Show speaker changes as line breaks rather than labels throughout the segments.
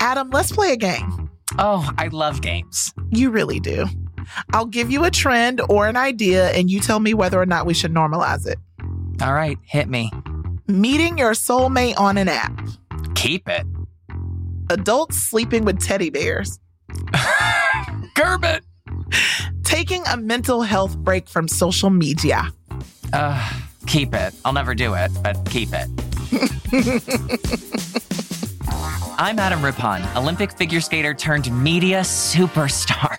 Adam, let's play a game.
Oh, I love games.
You really do. I'll give you a trend or an idea, and you tell me whether or not we should normalize it.
All right, hit me.
Meeting your soulmate on an app.
Keep it.
Adults sleeping with teddy bears.
Gerben.
Taking a mental health break from social media.
Uh, keep it. I'll never do it, but keep it. I'm Adam Rippon, Olympic figure skater turned media superstar.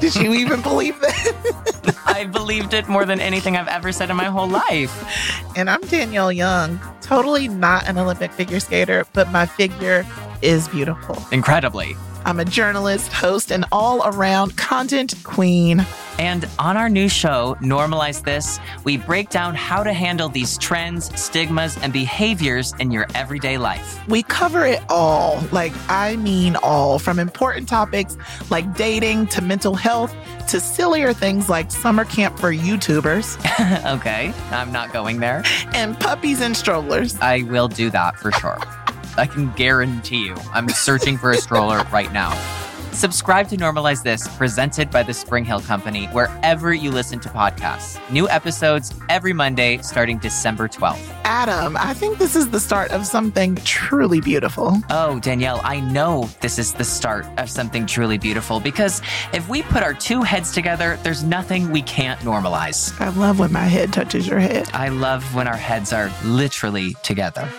Did you even believe that?
I believed it more than anything I've ever said in my whole life.
and I'm Danielle Young, totally not an Olympic figure skater, but my figure is beautiful.
Incredibly.
I'm a journalist, host, and all around content queen.
And on our new show, Normalize This, we break down how to handle these trends, stigmas, and behaviors in your everyday life.
We cover it all, like, I mean, all from important topics like dating to mental health to sillier things like summer camp for YouTubers
okay, I'm not going there.
and puppies and strollers.
I will do that for sure. I can guarantee you, I'm searching for a stroller right now. Subscribe to Normalize This, presented by the Spring Hill Company, wherever you listen to podcasts. New episodes every Monday starting December 12th.
Adam, I think this is the start of something truly beautiful.
Oh, Danielle, I know this is the start of something truly beautiful because if we put our two heads together, there's nothing we can't normalize.
I love when my head touches your head.
I love when our heads are literally together.